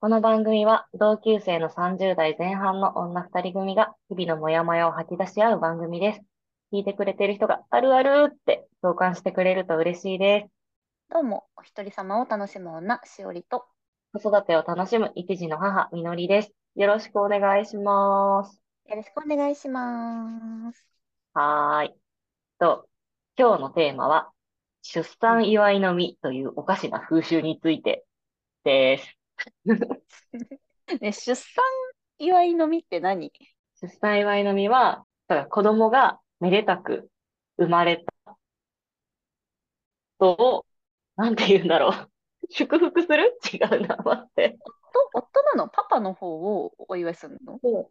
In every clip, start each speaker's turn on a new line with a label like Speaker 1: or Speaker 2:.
Speaker 1: この番組は同級生の30代前半の女2人組が日々のモヤモヤを吐き出し合う番組です。聞いてくれてる人があるあるって共感してくれると嬉しいで
Speaker 2: どうも、お一人様を楽しむ女、しおりと。
Speaker 1: す。子育てを楽しむ一児の母、みのりです。よろしくお願いします。
Speaker 2: よろしくお願いします。
Speaker 1: はーい。と、今日のテーマは、出産祝いの実というおかしな風習についてです。
Speaker 2: ね、出産祝いのみって何
Speaker 1: 出産祝いの実は、だから子供がめでたく生まれたことを、なんて言うんだろう。 祝福する違うな、待って。
Speaker 2: と夫なのパパの方をお祝いするの
Speaker 1: そう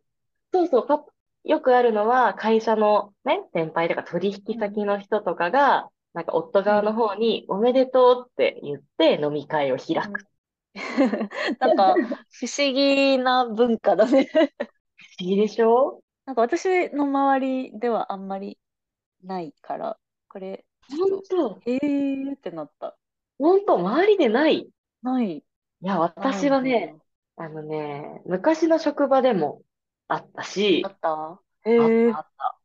Speaker 1: そうそうパよくあるのは、会社のね、先輩とか取引先の人とかが、なんか夫側の方におめでとうって言って飲み会を開く。
Speaker 2: なんか、不思議な文化だね。
Speaker 1: 不思議でしょ
Speaker 2: なんか私の周りではあんまりないから、これ、ちょっと、
Speaker 1: 本
Speaker 2: えーってなった。
Speaker 1: 当、本当、周りでない。い
Speaker 2: ない。
Speaker 1: や、私はね、、あのね、昔の職場でもあったし
Speaker 2: あ、ったえー
Speaker 1: あった。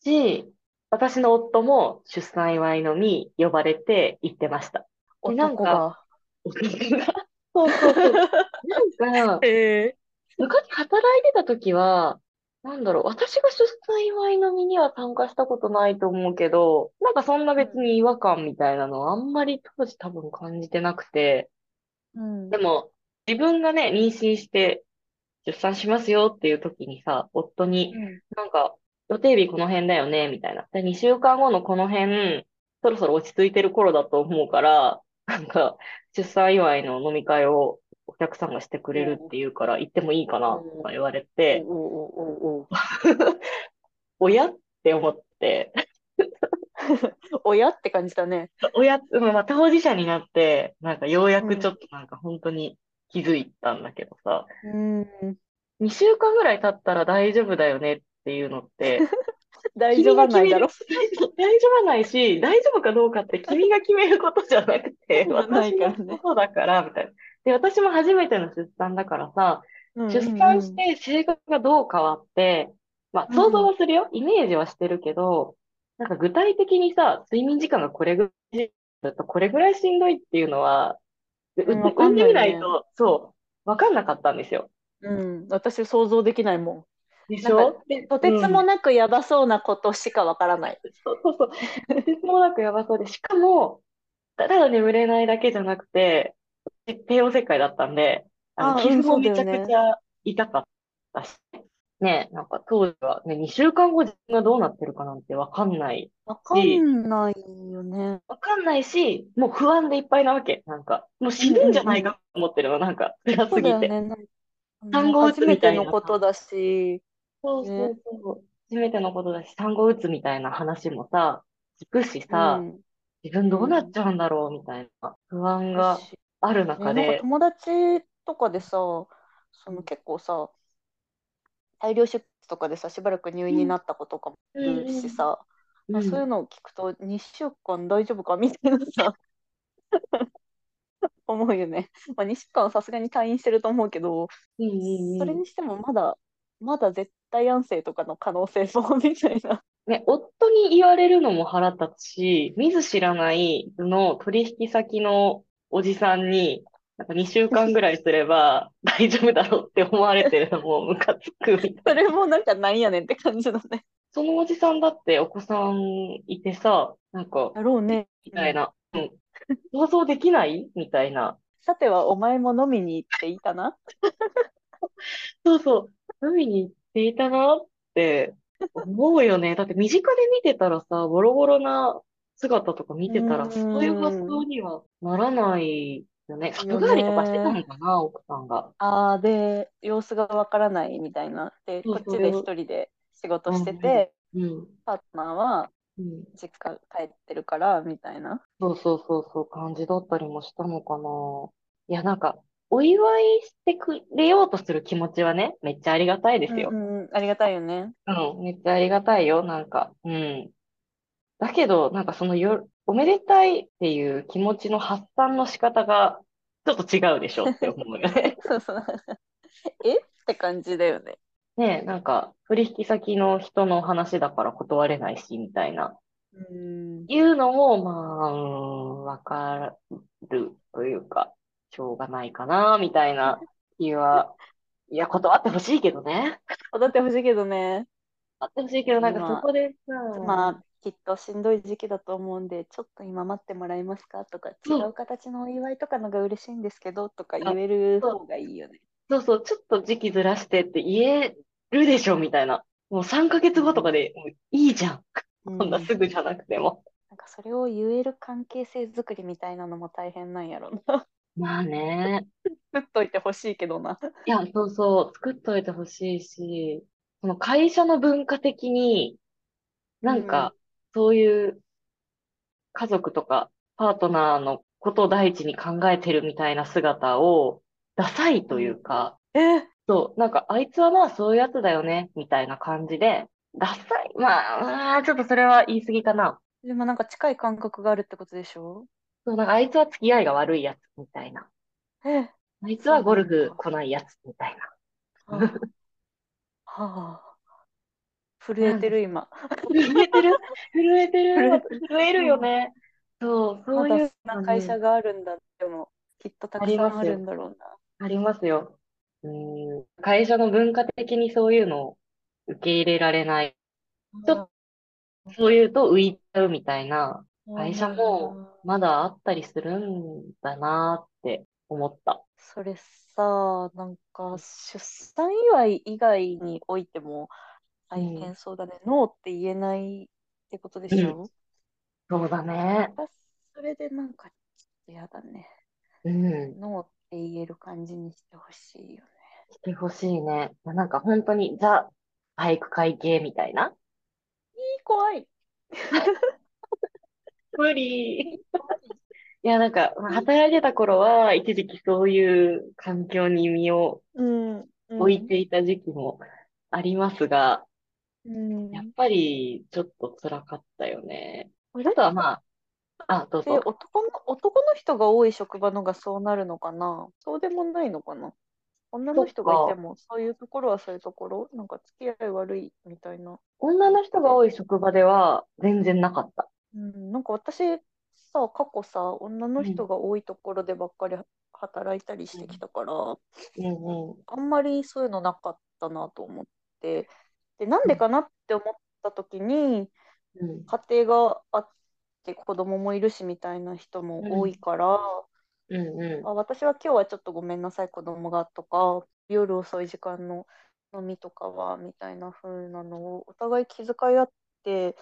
Speaker 1: し、私の夫も出産祝いのに呼ばれて行ってました。でなん
Speaker 2: 男
Speaker 1: か
Speaker 2: が。
Speaker 1: そうそうそう。なんか、
Speaker 2: え
Speaker 1: 昔働いてた時は、なんだろう、私が出産祝いのにには参加したことないと思うけど、なんかそんな別に違和感みたいなのはあんまり当時多分感じてなくて、
Speaker 2: うん
Speaker 1: でも自分がね、妊娠して出産しますよっていう時にさ、夫に、
Speaker 2: うん
Speaker 1: なんか、予定日この辺だよね、みたいな。で、2週間後のこの辺、そろそろ落ち着いてる頃だと思うから、なんか、出産祝いの飲み会をお客さんがしてくれるっていうから、行ってもいいかな、とか言われて、
Speaker 2: おおおおお
Speaker 1: 親って思って、
Speaker 2: 親って感じだね。
Speaker 1: 親、うんまあ、当事者になって、なんか、ようやくちょっとなんか、本当に気づいたんだけどさ、
Speaker 2: うん。
Speaker 1: 2週間ぐらい経ったら大丈夫だよねっていうのって、
Speaker 2: 大丈夫ないだろ。
Speaker 1: そう大丈夫ないし、大丈夫かどうかって君が決めることじゃなくて、
Speaker 2: そうじゃな
Speaker 1: 私
Speaker 2: いからね
Speaker 1: のことだから、みたいな。で、私も初めての出産だからさ、出産して性格がどう変わって、まあ想像はするよ。イメージはしてるけど、なんか具体的にさ、睡眠時間がこれぐらい、だとこれぐらいしんどいっていうのは、う
Speaker 2: うんわ
Speaker 1: 産
Speaker 2: か
Speaker 1: ん
Speaker 2: ん
Speaker 1: で
Speaker 2: ないね
Speaker 1: みないと、そう、わかんなかったんですよ。
Speaker 2: うん、私想像できないも
Speaker 1: でし
Speaker 2: なん
Speaker 1: ょ
Speaker 2: かん。とてつもなくやばそうなことしかわからない。
Speaker 1: そうそうそう。とてつもなくやばそうで、しかも、ただ眠れないだけじゃなくて、帝王切開だったんで、あの、
Speaker 2: あ
Speaker 1: 傷
Speaker 2: うん
Speaker 1: も
Speaker 2: そうだ
Speaker 1: め
Speaker 2: よ
Speaker 1: ちゃ
Speaker 2: ね
Speaker 1: くちゃ痛かったし、ね、なんか当時は、ね、2週間後自分がどうなってるかなんてわかんない。
Speaker 2: わかんないよね。
Speaker 1: わかんないし、もう不安でいっぱいなわけ。なんか、もう死ぬんじゃないかと思ってるの、なんか、辛
Speaker 2: そう
Speaker 1: す
Speaker 2: だ
Speaker 1: ぎ
Speaker 2: よ
Speaker 1: て。
Speaker 2: ね。なんか
Speaker 1: 産後うつ
Speaker 2: 初め
Speaker 1: みた
Speaker 2: て
Speaker 1: いな
Speaker 2: のことだし、
Speaker 1: そう
Speaker 2: ね
Speaker 1: そうそう。初めてのことだし、産後うつみたいな話もさ、聞くしさ、
Speaker 2: うん
Speaker 1: 自分どうなっちゃうんだろうみたいな不安が
Speaker 2: ね
Speaker 1: ある
Speaker 2: な
Speaker 1: 中
Speaker 2: ん
Speaker 1: で、
Speaker 2: か友達とかでさ、その結構さ、大量出血とかでさ、しばらく入院になった子とかもいるしさ、まあそういうのを聞くと、2週間大丈夫かみたいなさ、 思うよね。まあ、2週間はさすがに退院してると思うけど、
Speaker 1: うんうんうん
Speaker 2: それにしてもまだ、まだ絶対安静とかの可能性もみたいな。
Speaker 1: ね、夫に言われるのも腹立つし、見ず知らないの取引先のおじさんに、なんか2週間ぐらいすれば 大丈夫だろうって思われてるのもムカつくみたいな。
Speaker 2: それもなんかなんやねんって感じだね。
Speaker 1: そのおじさんだってお子さんいてさ、なんか、
Speaker 2: だろうね。
Speaker 1: みたいな、うん、想像できないみたいな。
Speaker 2: さてはお前も飲みに行っていたな。
Speaker 1: そうそう、海に行っていたなって思うよね。 だって身近で見てたらさ、ボロボロな姿とか見てたら、
Speaker 2: うん
Speaker 1: そういう発想にはならないよね。里帰りとかしてたのかな、奥さんが。
Speaker 2: ああ、で、様子がわからないみたいな。で、
Speaker 1: そう
Speaker 2: こ
Speaker 1: そう
Speaker 2: っちで一人で仕事してて、
Speaker 1: うん。
Speaker 2: パートナーは
Speaker 1: うん。
Speaker 2: 実家帰ってるから、みたいな。
Speaker 1: そうそうそうそう、感じだったりもしたのかな。いや、なんか、お祝いしてくれようとする気持ちはね、めっちゃありがたいですよ
Speaker 2: う。んうん、ありがたいよね。
Speaker 1: うん、めっちゃありがたいよ、なんか。うん。だけど、なんかそのよ、おめでたいっていう気持ちの発散の仕方が、ちょっと違うでしょって思うよ ね。
Speaker 2: そうそう。えって感じだよね。
Speaker 1: ねえ、なんか、取引先の人の話だから断れないし、みたいな。
Speaker 2: うん。
Speaker 1: いうのも、まあ、うーんわかるというか、しょうがないかな、みたいな気は。いや、断ってほしいけどね。
Speaker 2: だってほしいけどね。
Speaker 1: 断ってほしいけど、なんか
Speaker 2: まあ
Speaker 1: そこでさ、
Speaker 2: まあ、きっとしんどい時期だと思うんで、ちょっと今待ってもらえますかとか、違
Speaker 1: そう
Speaker 2: う形のお祝いとかのが嬉しいんですけどとか言える
Speaker 1: そう
Speaker 2: 方がいいよね。
Speaker 1: そうそう、ちょっと時期ずらしてって言えるでしょ、みたいな。もう3ヶ月後とかで、もういいじゃん。
Speaker 2: うん
Speaker 1: こんなすぐじゃなくても。
Speaker 2: なんかそれを言える関係性づくりみたいなのも大変なんやろ な。
Speaker 1: まあね。
Speaker 2: 作っといてほしいけどな。
Speaker 1: いや、そうそう、作っといてほしいし、その会社の文化的に、なんか、そういう家族とかパートナーのことを第一に考えてるみたいな姿を、ダサいというか、
Speaker 2: え
Speaker 1: そう、なんか、あいつはまあそういうやつだよね、みたいな感じで、ダサい、まあ、うんちょっとそれは言い過ぎかな。
Speaker 2: でもなんか近い感覚があるってことでしょ
Speaker 1: そう、なんか、あいつは付き合いが悪いやつ、みたいな。
Speaker 2: ええ
Speaker 1: あいつはゴルフ来ないやつ、みたいな。
Speaker 2: はあ、はあ、震えてる今。
Speaker 1: 震えてる震えて
Speaker 2: 震え
Speaker 1: る震えるよね。そう、そ
Speaker 2: ま
Speaker 1: う
Speaker 2: だ
Speaker 1: い
Speaker 2: そう
Speaker 1: の
Speaker 2: ん
Speaker 1: ね
Speaker 2: な会社があるんだっても、きっとたくさんあるんだろうな。
Speaker 1: ありますよ。うん、会社の文化的にそういうのを受け入れられない。ちょっそういうと浮いちゃうみたいな、会社も
Speaker 2: うん
Speaker 1: まだあったりするんだなって思った。
Speaker 2: それさ、なんか出産祝い以外においても大変そうだね。ノーって言えないってことでしょ、
Speaker 1: そうだね。
Speaker 2: それでなんかちょっとやだね。
Speaker 1: うん。
Speaker 2: ノーって言える感じにしてほしいよね。
Speaker 1: してほしいね。なんか本当にザ、体育会系みたいな。
Speaker 2: いい怖い。
Speaker 1: 無理。いや、なんか、まあ働いてた頃は、一時期そういう環境に身を
Speaker 2: うん。
Speaker 1: 置いていた時期もありますが、
Speaker 2: うん。
Speaker 1: やっぱりちょっと辛かったよね。
Speaker 2: あ
Speaker 1: あとはまあ、あ、どう
Speaker 2: で
Speaker 1: ぞ。
Speaker 2: 男の男の人が多い職場のがそうなるのかなそうでもないのかな女の人がいてもそういうところはそういうところなんか付き合い悪いみたいな。
Speaker 1: 女の人が多い職場では全然なかった。
Speaker 2: うん、なんか私さ過去さ女の人が多いところでばっかり働いたりしてきたから、
Speaker 1: うんうん。
Speaker 2: あんまりそういうのなかったなと思ってでなんでかなって思った時に
Speaker 1: うん。
Speaker 2: 家庭があって子供もいるしみたいな人も多いから。
Speaker 1: うんう
Speaker 2: あ私は今日はちょっとごめんなさい子供がとか夜遅い時間の飲みとかはみたいな風なのをお互い気遣い合って、
Speaker 1: ん。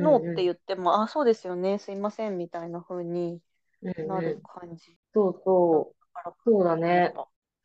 Speaker 2: ノーって
Speaker 1: う。
Speaker 2: 言ってもあそうですよねすいませんみたいな風に
Speaker 1: うん
Speaker 2: な
Speaker 1: う
Speaker 2: る
Speaker 1: ん。
Speaker 2: 感じ
Speaker 1: そうそう。
Speaker 2: から
Speaker 1: そうだね。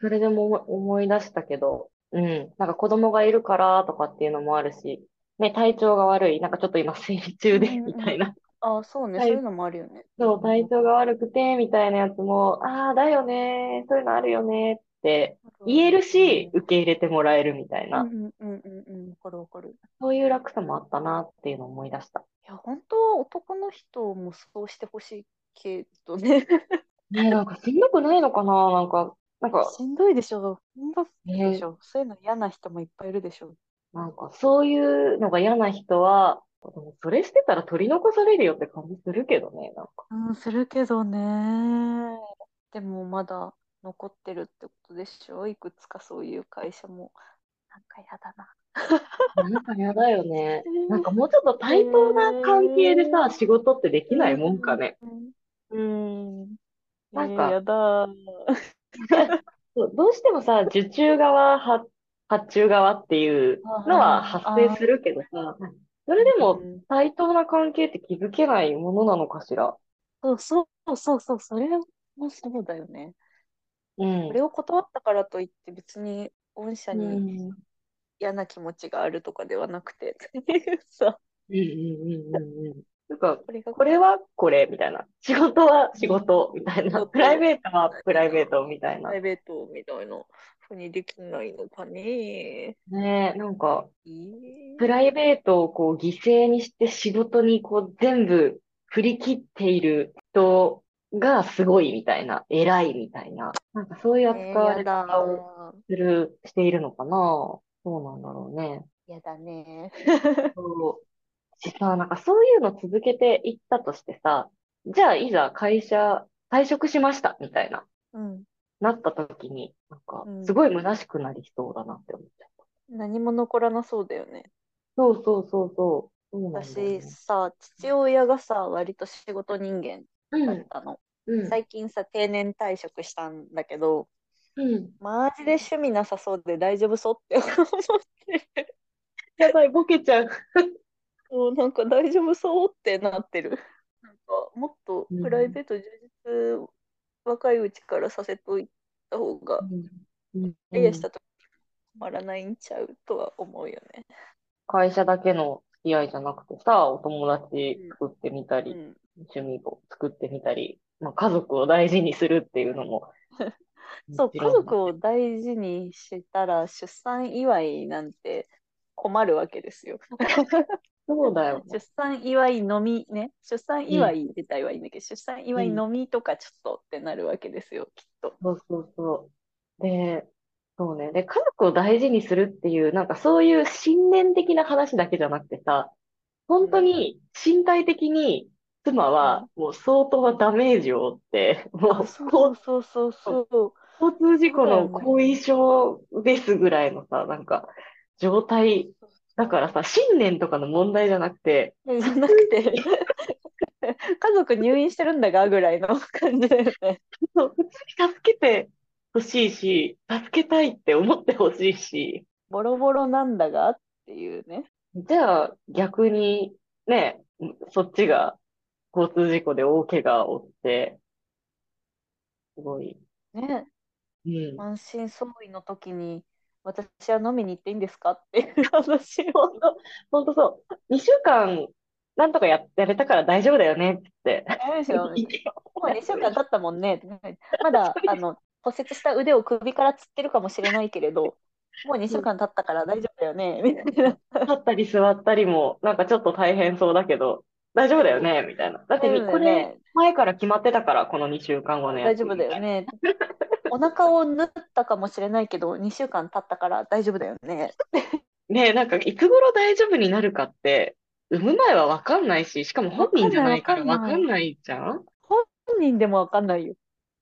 Speaker 1: それでも思思い出したけど、うん。なんか子供がいるからとかっていうのもあるし、ね、体調が悪い。なんかちょっと今生理中で、
Speaker 2: うんうん
Speaker 1: みたいな。
Speaker 2: あそうね、
Speaker 1: はい
Speaker 2: そういうのもあるよね
Speaker 1: そう、体調が悪くて、みたいなやつも、ああ、だよねー、そういうのあるよねーって言えるし、受け入れてもらえるみたい
Speaker 2: うん
Speaker 1: な、
Speaker 2: うんうんうんうんわかるわかる
Speaker 1: そういう楽さもあったなっていうのを思い出した。
Speaker 2: いや本当は男の人もそうしてほしいけどね
Speaker 1: ねえ、なんかしんどくないのかななんか、なんか、
Speaker 2: しんどいでしょしんどいで
Speaker 1: ね
Speaker 2: しょそういうの嫌な人もいっぱいいるでしょ
Speaker 1: なんかそういうのが嫌な人は、でもそれしてたら取り残されるよって感じするけどね、なんか。
Speaker 2: うん、するけどね。でもまだ残ってるってことでしょいくつかそういう会社も。なんかやだな。
Speaker 1: なんか嫌だよね。なんかもうちょっと対等な関係でさ、仕事ってできないもんかね。
Speaker 2: うん。うん。
Speaker 1: なんか
Speaker 2: えーやだ。
Speaker 1: そうどうしてもさ、受注側、は発注側っていうのは
Speaker 2: あー
Speaker 1: 発生するけどさ、それで
Speaker 2: う
Speaker 1: も
Speaker 2: ん
Speaker 1: 対等な関係って気づけないものなのかしら。
Speaker 2: そうそうそうそう、それもそうだよね。
Speaker 1: うん
Speaker 2: これを断ったからといって別に御社
Speaker 1: うん
Speaker 2: に嫌な気持ちがあるとかではなくて。 そう。
Speaker 1: うんうんうんうん。なんか、
Speaker 2: これが
Speaker 1: これはこれみたいな。仕事は仕事みたい
Speaker 2: 仕
Speaker 1: な。
Speaker 2: 事
Speaker 1: プライベートはプライベートみたい
Speaker 2: プ
Speaker 1: な
Speaker 2: ラ。イベートみたいな風にできないのかね。
Speaker 1: ねえ、なんか、
Speaker 2: いい
Speaker 1: プライベートをこう犠牲にして仕事にこう全部振り切っている人がすごいみたいな、偉いみたいな、なんかそういう
Speaker 2: えー
Speaker 1: 扱わ
Speaker 2: や
Speaker 1: れ
Speaker 2: だ
Speaker 1: 方をする、しているのかな。そうなんだろうね。
Speaker 2: やだね。
Speaker 1: そう。しさ、なんかそういうの続けていったとしてさ、じゃあいざ会社退職しましたみたいな、
Speaker 2: うん。
Speaker 1: なった時に、なんか
Speaker 2: うん
Speaker 1: すごい虚しくなりそうだなって思っちゃった。
Speaker 2: 何も残らなそうだよね。
Speaker 1: そうそうそうそう。そうなんだよね
Speaker 2: 私さ、父親がさ、割と仕事人間だったの。
Speaker 1: うん、うん、
Speaker 2: 最近さ、定年退職したんだけど、
Speaker 1: うん。
Speaker 2: マジで趣味なさそうで大丈夫そうって思って、
Speaker 1: やばい、ボケちゃう。
Speaker 2: もうなんか大丈夫そうってなってる。なんかもっとプライベート充実、若いうちからさせといた方が、
Speaker 1: うん
Speaker 2: クリアした時止まらないんちゃうとは思うよね。
Speaker 1: 会社だけの付き合いじゃなくてさ、お友達作ってみたり、
Speaker 2: うん。
Speaker 1: 趣味を作ってみたり、まあ、家族を大事にするっていうのも
Speaker 2: そう、家
Speaker 1: を。
Speaker 2: 族を大事にしたら出産祝いなんて困るわけですよ。
Speaker 1: そうだよ
Speaker 2: 出
Speaker 1: ね。
Speaker 2: 産祝いのみね、出産祝い自体はいいんだけど、出産祝いのみとかちょっとってなるわけですよ、きっと。
Speaker 1: そうそうそう。で、そうね。で、家族を大事にするっていう、なんかそういう信念的な話だけじゃなくてさ、本当に身体的に妻はもう相当なダメージを負って、もう
Speaker 2: そうそうそうそう。
Speaker 1: 交通事故の後遺症ですぐらいのさ、なんか、状態。だからさ、信念とかの問題じゃなくて、
Speaker 2: じゃなくて、家族入院してるんだがぐらいの感じだよね。
Speaker 1: そう普通に助けてほしいし、助けたいって思ってほしいし、
Speaker 2: ボロボロなんだがっていうね。
Speaker 1: じゃあ逆にね、そっちが交通事故で大怪我を負って、すごい。
Speaker 2: ね
Speaker 1: うん。
Speaker 2: 満身創痍の時に私は飲みに行っていいんですかっていう話を
Speaker 1: ほんとそう。2週間、なんとかや、やれたから大丈夫だよねって。
Speaker 2: あれでしょ みたいなもう
Speaker 1: ね
Speaker 2: 2週間経ったもん ねまだあの骨折した腕を首からつってるかもしれないけれどもう2週間経ったから大丈夫だよねみたいな
Speaker 1: 立ったり座ったりも、なんかちょっと大変そうだけど、大丈夫だよねみたいな。だってみ、
Speaker 2: 大丈夫だよ
Speaker 1: こ
Speaker 2: ね
Speaker 1: れ、前から決まってたから、この2週間後のや
Speaker 2: 大
Speaker 1: つ。
Speaker 2: 丈夫だよねお腹を縫ったかもしれないけど2週間経ったから大丈夫だよね
Speaker 1: ねえ、なんか、いつ頃大丈夫になるかって、産む前は分かんないし、しかも本人じゃないから
Speaker 2: わかんない
Speaker 1: 分かんないじゃん
Speaker 2: 本人でもわかんないよ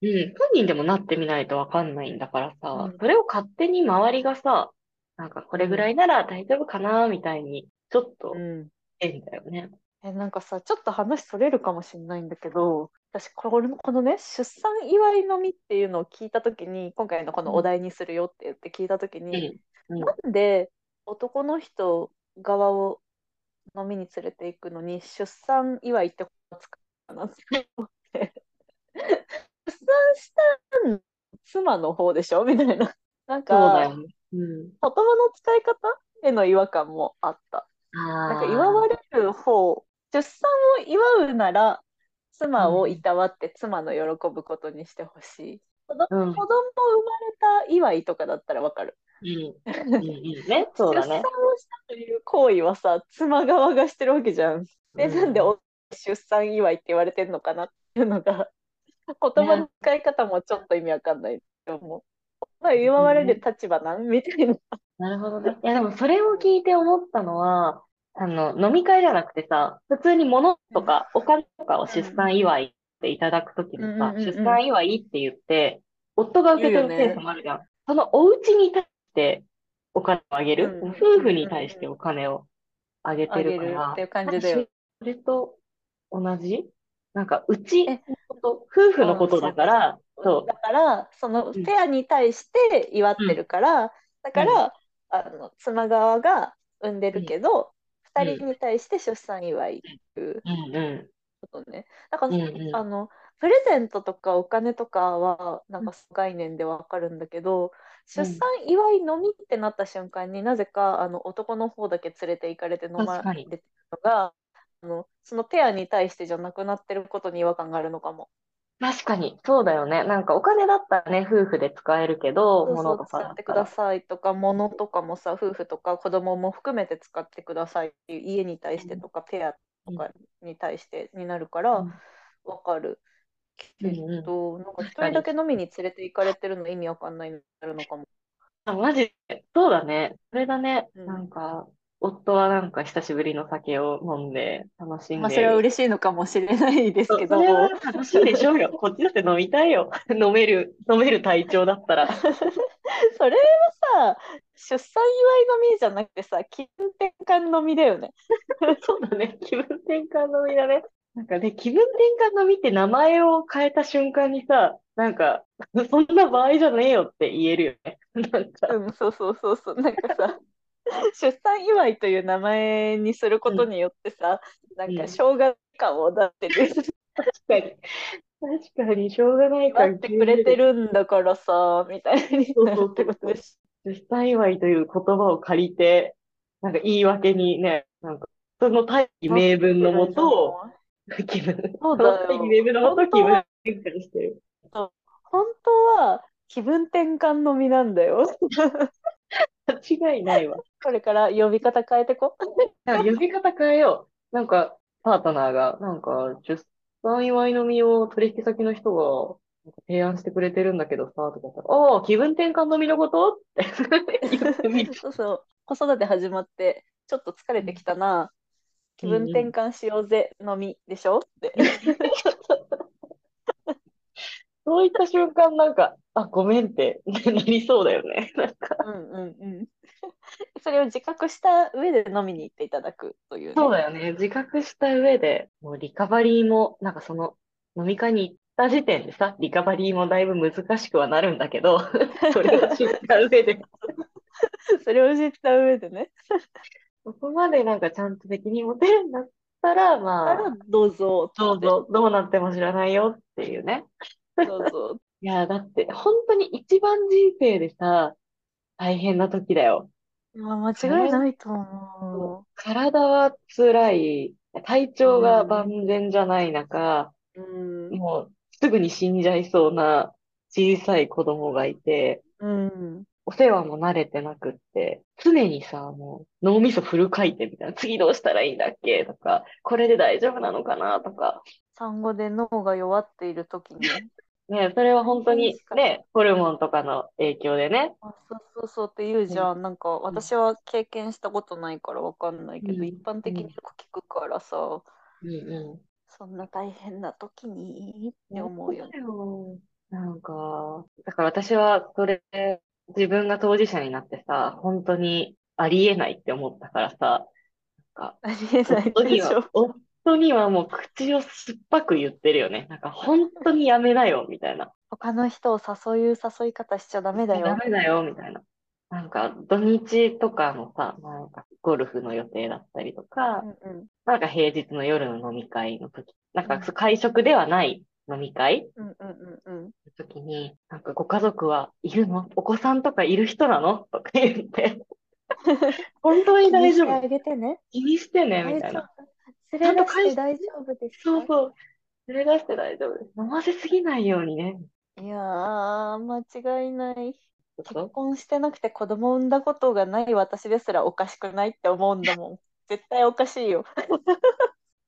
Speaker 1: うん、本人でもなってみないと分かんないんだからさ、
Speaker 2: うん
Speaker 1: それを勝手に周りがさ、なんかこれぐらいなら大丈夫かな、みたいに、ちょっと
Speaker 2: うん
Speaker 1: 変だよね。
Speaker 2: え、なんかさ、ちょっと話それるかもしれないんだけど、私、これ、このね、出産祝いのみっていうのを聞いたときに、今回のこのお題にするよって言って聞いたとき
Speaker 1: う
Speaker 2: に、
Speaker 1: ん、うん、
Speaker 2: なんで男の人側を飲みに連れていくのに、出産祝いってことを使うのかなって思って。 出産したん妻の方でしょみたいな。な
Speaker 1: そう
Speaker 2: ん
Speaker 1: だ
Speaker 2: か、
Speaker 1: よね。うん。
Speaker 2: 言葉の使い方への違和感もあった。なんか祝われる方、出産を祝うなら、妻をいたわって妻の喜ぶことにしてほしい。子供
Speaker 1: あーうん
Speaker 2: 子供生まれた祝いとかだったらわかる。
Speaker 1: うん、うん、 うんね、そうだ
Speaker 2: 出産を
Speaker 1: ね。
Speaker 2: したという行為はさ、妻側がしてるわけじゃん。で、
Speaker 1: うん
Speaker 2: なんでお出産祝いって言われてんのかなっていうのが、言葉の使い方もちょっと意味わかんないと思う。まあ、祝われる立場なんみたいな。
Speaker 1: なるほどね。いや、でもそれを聞いて思ったのは、あの、飲み会じゃなくてさ、普通に物とかお金とかを出産祝いっていただくときにさ
Speaker 2: う、んうんうんう
Speaker 1: 出
Speaker 2: ん
Speaker 1: 産祝いって言って、夫が受け取る
Speaker 2: 言うよ
Speaker 1: ケ
Speaker 2: ね
Speaker 1: ースもあるじゃん。そのお家に対してお金をあげる、
Speaker 2: うん
Speaker 1: 夫婦に対してお金をあげ
Speaker 2: あ
Speaker 1: て
Speaker 2: げ
Speaker 1: るか
Speaker 2: る
Speaker 1: ら
Speaker 2: っていう感じだよ。
Speaker 1: それと同じなんか、うちの
Speaker 2: え
Speaker 1: こと、夫婦のことだから、そう
Speaker 2: だからその
Speaker 1: うん
Speaker 2: ペアに対して祝ってるから、だから、あの妻側が産んでるけど、
Speaker 1: うん
Speaker 2: 2人に対して出産祝いっていう。
Speaker 1: うんう
Speaker 2: ことねだか
Speaker 1: ん。
Speaker 2: ら、
Speaker 1: うんうん。
Speaker 2: あのプレゼントとかお金とかはなんか概念でわかるんだけど、
Speaker 1: うん
Speaker 2: 出産祝いのみってなった瞬間になぜかあの男の方だけ連れて行かれて飲ま
Speaker 1: 確か
Speaker 2: れ
Speaker 1: に
Speaker 2: てるのがあのそのペアに対してじゃなくなってることに違和感があるのかも。
Speaker 1: 確かに、そうだよね。なんかお金だったらね、夫婦で使えるけど、
Speaker 2: そうそ
Speaker 1: 物
Speaker 2: う
Speaker 1: と
Speaker 2: 使
Speaker 1: かだ
Speaker 2: っ
Speaker 1: ってた
Speaker 2: くだ
Speaker 1: ら。
Speaker 2: さいとか物とかもさ夫婦とか子供も含めて使ってくださいっていう家に対してとかペアとかに対してになるから
Speaker 1: うん
Speaker 2: わかる
Speaker 1: うん
Speaker 2: きっと、なん
Speaker 1: 確か
Speaker 2: か一人
Speaker 1: に
Speaker 2: だけ飲みに連れて行かれてるの意味わかんないになるのかも。
Speaker 1: あ、マジで。そうだね。それだね。
Speaker 2: うん
Speaker 1: なんか、夫はなんか久しぶりの酒を飲んで、楽しん
Speaker 2: まあ、
Speaker 1: で
Speaker 2: それは
Speaker 1: る。
Speaker 2: 嬉しいのかもしれないですけ
Speaker 1: そ
Speaker 2: ど。
Speaker 1: れは楽しいでしょうよ。こっちだって飲みたいよ。飲める、飲める体調だったら。
Speaker 2: それはさ、出産祝い飲みじゃなくてさ、気分転換飲みだよね。
Speaker 1: そうだね。気分転換飲みだね。なんかね、気分転換飲みって名前を変えた瞬間にさ、なんか、そんな場合じゃねえよって言えるよね。なんか、
Speaker 2: うん、そうそうそうそう。なんかさ、 出産祝いという名前にすることによってさ、なん
Speaker 1: う
Speaker 2: か
Speaker 1: ん
Speaker 2: 生姜感を出してる、
Speaker 1: 確かに、確かに、しょうがない
Speaker 2: 出
Speaker 1: から
Speaker 2: してくれてるんだからさ、みたいになるってことです。
Speaker 1: 出産祝いという言葉を借りて、なんか言い訳にね、なんか、その大義名分のもと、気分、
Speaker 2: そうだよ
Speaker 1: の大義名分のもと気分転換してる。
Speaker 2: 本当は気分転換のみなんだよ。
Speaker 1: 間違いないわ。
Speaker 2: これから呼び方変えて こ。
Speaker 1: なんか呼び方変えよう。なんか、パートナーが、なんか、出産祝いのみを取引先の人が、なんか提案してくれてるんだけどさ、とか言ったら、ああ、気分転換のみのことって言って みる。
Speaker 2: そうそう。子育て始まって、ちょっと疲れてきたな。気分転換しようぜ、のみでしょって。
Speaker 1: そういった瞬間、なんか、あ、ごめんって、 なりそうだよね。なんか、
Speaker 2: うんうんうん。 それを自覚した上で飲みに行っていただくというね、
Speaker 1: そうだよね。自覚した上で、もうリカバリーも、なんかその、飲み会に行った時点でさ、リカバリーもだいぶ難しくはなるんだけ ど、それを知った上で、
Speaker 2: それを知った上でね。
Speaker 1: そこまでなんかちゃんと責任持てるんだったら、ま
Speaker 2: あ
Speaker 1: あ、
Speaker 2: ら、どうぞって。
Speaker 1: どうぞ、どうなっても知らないよっていうね。
Speaker 2: どうぞ。
Speaker 1: いや、だって、本当に一番人生でさ、大変な時だよ。
Speaker 2: まあ、間違いないと思
Speaker 1: 体は辛い、体調が万全じゃない中、
Speaker 2: う。うん。
Speaker 1: もうすぐに死んじゃいそうな小さい子供がいて、
Speaker 2: うん。
Speaker 1: お世話も慣れてなくって、常にさ、もう脳みそフル回転みたいな、次どうしたらいいんだっけとか、これで大丈夫なのかなとか、
Speaker 2: 産後で脳が弱っている時に。
Speaker 1: ね、それは本当にね、ホルモンとかの影響でね。
Speaker 2: あそうそうそうって言うじゃん。なんか私は経験したことないからわかんないけど、
Speaker 1: うん
Speaker 2: 一般的によく聞くからさ、
Speaker 1: うんう
Speaker 2: そんな大変な時にって思うよね。
Speaker 1: なんか、だから私はそれ、自分が当事者になってさ、本当にありえないって思ったからさ、なんか、
Speaker 2: ありえない
Speaker 1: 夫に
Speaker 2: でし
Speaker 1: は
Speaker 2: ょ。、
Speaker 1: 夫にはもう口を酸っぱく言ってるよね。なんか本当にやめなよ、みたいな。
Speaker 2: 他の人を誘う誘い方しちゃダメだ
Speaker 1: ダ
Speaker 2: よ。
Speaker 1: メだよ、みたいな。なんか土日とかのさ、なんかゴルフの予定だったりとか
Speaker 2: う、んうん
Speaker 1: なんか平日の夜の飲み会の時、なん
Speaker 2: う
Speaker 1: か
Speaker 2: ん
Speaker 1: そう会食ではない飲み会
Speaker 2: うんうんうんうん。
Speaker 1: の時に、なんかご家族はいるのお子さんとかいる人なのとか言 って、本当に大丈
Speaker 2: 気にして
Speaker 1: 夫
Speaker 2: あげてね。
Speaker 1: 気にしてね、
Speaker 2: 大
Speaker 1: みたい
Speaker 2: 丈
Speaker 1: な。
Speaker 2: 夫。連れ出して大丈夫です
Speaker 1: そう
Speaker 2: か。
Speaker 1: そう。連れ出して大丈夫です。飲ませすぎないようにね。
Speaker 2: いやー、間違いない。
Speaker 1: そう
Speaker 2: 結婚してなくて子供産んだことがない私ですらおかしくないって思うんだもん。 絶対おかしいよ。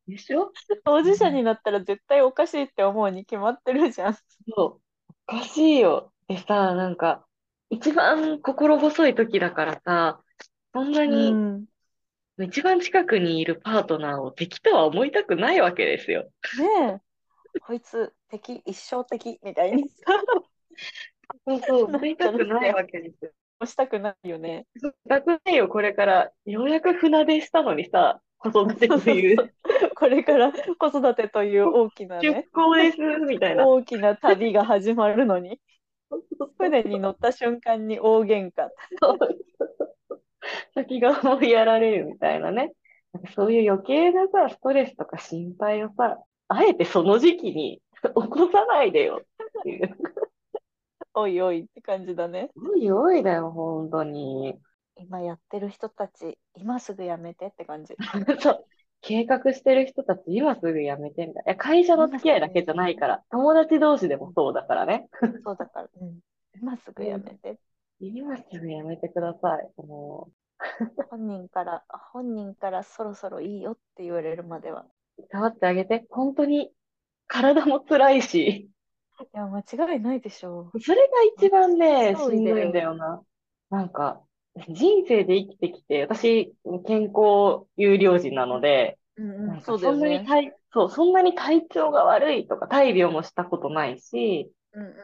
Speaker 1: でしょ
Speaker 2: 当事者になったら絶対おかしいって思うに決まってるじゃん。
Speaker 1: そう。おかしいよ。でさ、なんか、一番心細い時だからさ、そんなに、
Speaker 2: ん、
Speaker 1: 一番近くにいるパートナーを敵とは思いたくないわけですよ。
Speaker 2: ねえ。こいつ敵一生敵みたいに さ
Speaker 1: そうそう、
Speaker 2: なっ
Speaker 1: 思い
Speaker 2: ちゃ
Speaker 1: た
Speaker 2: う
Speaker 1: くないわけですよ。
Speaker 2: したくないよね。
Speaker 1: だくないよ、これから。ようやく船出したのにさ、子育てとい
Speaker 2: そう
Speaker 1: う、
Speaker 2: これから子育てという大きな
Speaker 1: 出
Speaker 2: ね、
Speaker 1: 航です、みたいな。
Speaker 2: 大きな旅が始まるのに、船に乗
Speaker 1: っ
Speaker 2: った瞬間に大喧嘩。
Speaker 1: 先が思いやられるみたいなね。なんかそういう余計なさ、ストレスとか心配をさ、あえてその時期に 起こさないでよっていう。
Speaker 2: おいおいって感じだね。
Speaker 1: おいおいだよ、本当に。
Speaker 2: 今やってる人たち、今すぐやめてって感じ。
Speaker 1: そう。計画してる人たち、今すぐやめてみたいな。いや、会社の付き合いだけじゃないから、友達同士でもそうだからね。
Speaker 2: そうだから、うん、今すぐやめて。
Speaker 1: 今すぐやめてください。も
Speaker 2: 本人から、本人からそろそろいいよって言われるまでは。
Speaker 1: う、触ってあげて。本当に体も辛いし、
Speaker 2: いや、間違いないでしょう。
Speaker 1: それが一番ね、
Speaker 2: そう
Speaker 1: しんどいんだよな。なんか、人生で生きてきて、私、健康有料人なので、
Speaker 2: うん
Speaker 1: な
Speaker 2: うんん、
Speaker 1: か
Speaker 2: そうだよ
Speaker 1: んなに
Speaker 2: ね。
Speaker 1: 体、そう、そんなに体調が悪いとか、大病もしたことないし、
Speaker 2: うんう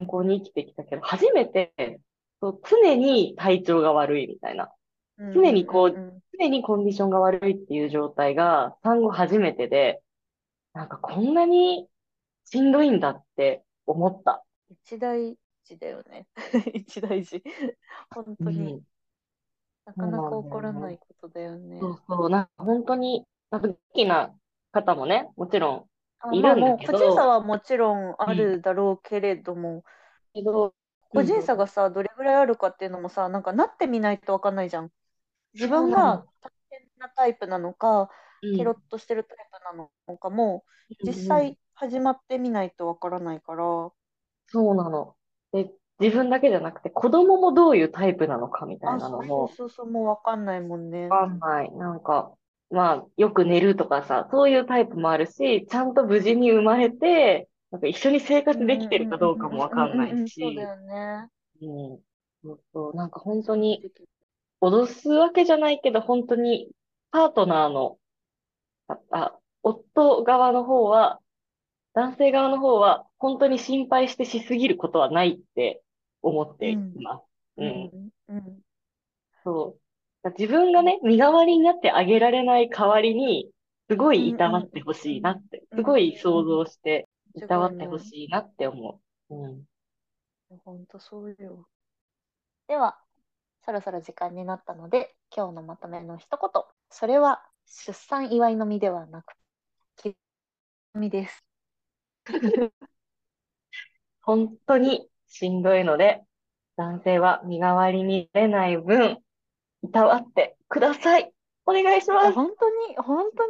Speaker 1: 健康に生きてきたけど、初めて、そう、常に体調が悪いみたいな。
Speaker 2: ん。うん
Speaker 1: 常にこ
Speaker 2: うん
Speaker 1: う、常にコンディションが悪いっていう状態が、産後初めてで、なんかこんなにしんどいんだって思った。
Speaker 2: うん一大事だよね。一大事。本
Speaker 1: う
Speaker 2: 当に
Speaker 1: ん。
Speaker 2: な
Speaker 1: そ
Speaker 2: か
Speaker 1: う
Speaker 2: な
Speaker 1: な
Speaker 2: か
Speaker 1: ん
Speaker 2: 起
Speaker 1: だ
Speaker 2: こ
Speaker 1: よ
Speaker 2: ら
Speaker 1: ね。
Speaker 2: ないことだよね。
Speaker 1: そうそう、なんか本当に、なんか元気な方もね、もちろ
Speaker 2: あ、
Speaker 1: んい
Speaker 2: まあ
Speaker 1: るんだ
Speaker 2: もう
Speaker 1: け
Speaker 2: 個人差
Speaker 1: ど、
Speaker 2: はもちろんあ
Speaker 1: うん。
Speaker 2: るだろうけれども、
Speaker 1: けど、う
Speaker 2: 個
Speaker 1: ん、
Speaker 2: 人差がさ、どれぐらいあるかっていうのもさ、なんかなってみないとわかんないじゃん。自
Speaker 1: そう
Speaker 2: 分
Speaker 1: なの。
Speaker 2: が大変なタイプなのか、
Speaker 1: う
Speaker 2: ケロッ
Speaker 1: ん。
Speaker 2: としてるタイプなのかも、
Speaker 1: う
Speaker 2: 実
Speaker 1: んうん。
Speaker 2: 際始まってみないとわからないから、
Speaker 1: そうなの。で、自分だけじゃなくて、子供もどういうタイプなのかみたい
Speaker 2: あ、
Speaker 1: な
Speaker 2: そ
Speaker 1: の
Speaker 2: うそう
Speaker 1: も、
Speaker 2: そうそう、もうわかんないもんね。
Speaker 1: わかんない。なんか、まあ、よく寝るとかさ、そういうタイプもあるし、ちゃんと無事に生まれて、なんか一緒に生
Speaker 2: うん
Speaker 1: 活
Speaker 2: う
Speaker 1: できてる
Speaker 2: ん
Speaker 1: か
Speaker 2: うん
Speaker 1: どうかもわ
Speaker 2: うん
Speaker 1: か
Speaker 2: うん
Speaker 1: んな
Speaker 2: う
Speaker 1: い
Speaker 2: んうん、そうだ
Speaker 1: し、
Speaker 2: よね。
Speaker 1: うん。そうそう、なんか本当に、
Speaker 2: できる
Speaker 1: 脅すわけじゃないけど、本当に、パートナーの、あ、あ夫側の方は、男性側の方は、本当に心配してしすぎることはないって思っ
Speaker 2: う
Speaker 1: て
Speaker 2: ん、
Speaker 1: います。う。
Speaker 2: うんん、うん。
Speaker 1: そう。自分がね、身代わりになってあげられない代わりに、すご
Speaker 2: う
Speaker 1: いい
Speaker 2: ん
Speaker 1: た
Speaker 2: う
Speaker 1: わ
Speaker 2: ん
Speaker 1: ってほ
Speaker 2: う
Speaker 1: しいなんって、
Speaker 2: う
Speaker 1: す
Speaker 2: ん
Speaker 1: ごい想
Speaker 2: うん
Speaker 1: 像して、いた
Speaker 2: 間
Speaker 1: わ
Speaker 2: 違い
Speaker 1: って
Speaker 2: な
Speaker 1: ほ
Speaker 2: い。
Speaker 1: しいなって思う。うん。
Speaker 2: 本当そうよ。では、そろそろ時間になったので、今日のまとめの一言。それは、出産祝いのみではなく、結婚みです。
Speaker 1: 本当にしんどいので、男性は身代わりになれない分、いたわってください。お願いし
Speaker 2: いや、
Speaker 1: ます。
Speaker 2: 本当に、本当にいたわ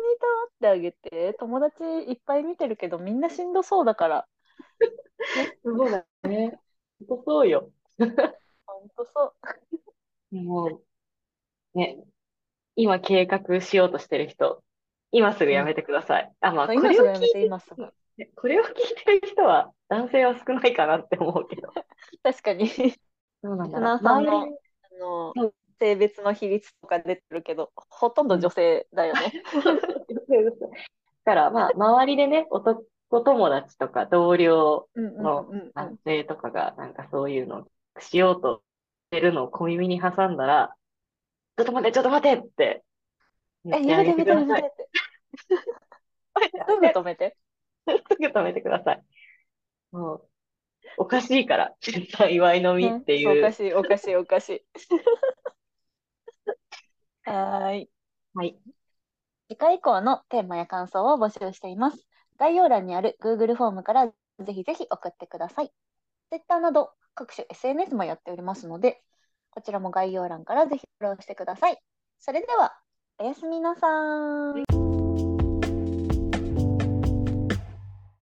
Speaker 2: ってあげて、友達いっぱい見てるけど、みんなしんどそうだから。 ね。
Speaker 1: そうだね。本当そうよ。
Speaker 2: 本当そう。
Speaker 1: もう、ね、今計画しようとしてる人、今すぐ
Speaker 2: う
Speaker 1: や
Speaker 2: ん。
Speaker 1: めてください。あ、まあ、
Speaker 2: そう
Speaker 1: こ
Speaker 2: 今
Speaker 1: れ
Speaker 2: す
Speaker 1: を
Speaker 2: ぐ
Speaker 1: 聞
Speaker 2: やめて、今す
Speaker 1: い
Speaker 2: ぐ。
Speaker 1: て、これを聞いてる人は、男性は少ないかなって思うけど。
Speaker 2: 確かに。
Speaker 1: どうなん
Speaker 2: リ
Speaker 1: だ
Speaker 2: ス
Speaker 1: ろ
Speaker 2: ナー
Speaker 1: う。
Speaker 2: さん
Speaker 1: 周り
Speaker 2: の、
Speaker 1: に、
Speaker 2: あの、
Speaker 1: そう、
Speaker 2: 性別の比率とか出てるけど、ほとんど
Speaker 1: う
Speaker 2: 女
Speaker 1: ん。
Speaker 2: 性だよね。
Speaker 1: そうそうそうそうだから、まあ、周りでね、男友達とか同僚
Speaker 2: うんうん
Speaker 1: の
Speaker 2: うんう
Speaker 1: 男
Speaker 2: ん。
Speaker 1: 性とかが、なんかそういうのをしようとしてるのを小耳に挟んだら、ちょっと待って、ちょっと待ってって、言っ
Speaker 2: え、
Speaker 1: て
Speaker 2: や
Speaker 1: あ
Speaker 2: めて
Speaker 1: げ
Speaker 2: や
Speaker 1: て
Speaker 2: め
Speaker 1: く
Speaker 2: て
Speaker 1: だ
Speaker 2: やめ
Speaker 1: さ
Speaker 2: て
Speaker 1: い。待
Speaker 2: って。
Speaker 1: って
Speaker 2: すぐ止めて。
Speaker 1: やめて、すぐ止めてください。もう、おかしいから、 出産祝いのみっ
Speaker 2: ね。
Speaker 1: て
Speaker 2: そう、お
Speaker 1: い
Speaker 2: か
Speaker 1: う。
Speaker 2: しい、おかしい、おかしい。はーい。
Speaker 1: はい。
Speaker 2: 次回以降のテーマや感想を募集しています。概要欄にある Google フォームからぜひぜひ送ってください。Twitter など各種 SNS もやっておりますので、こちらも概要欄からぜひフォローしてください。それでは、おやすみなさーい。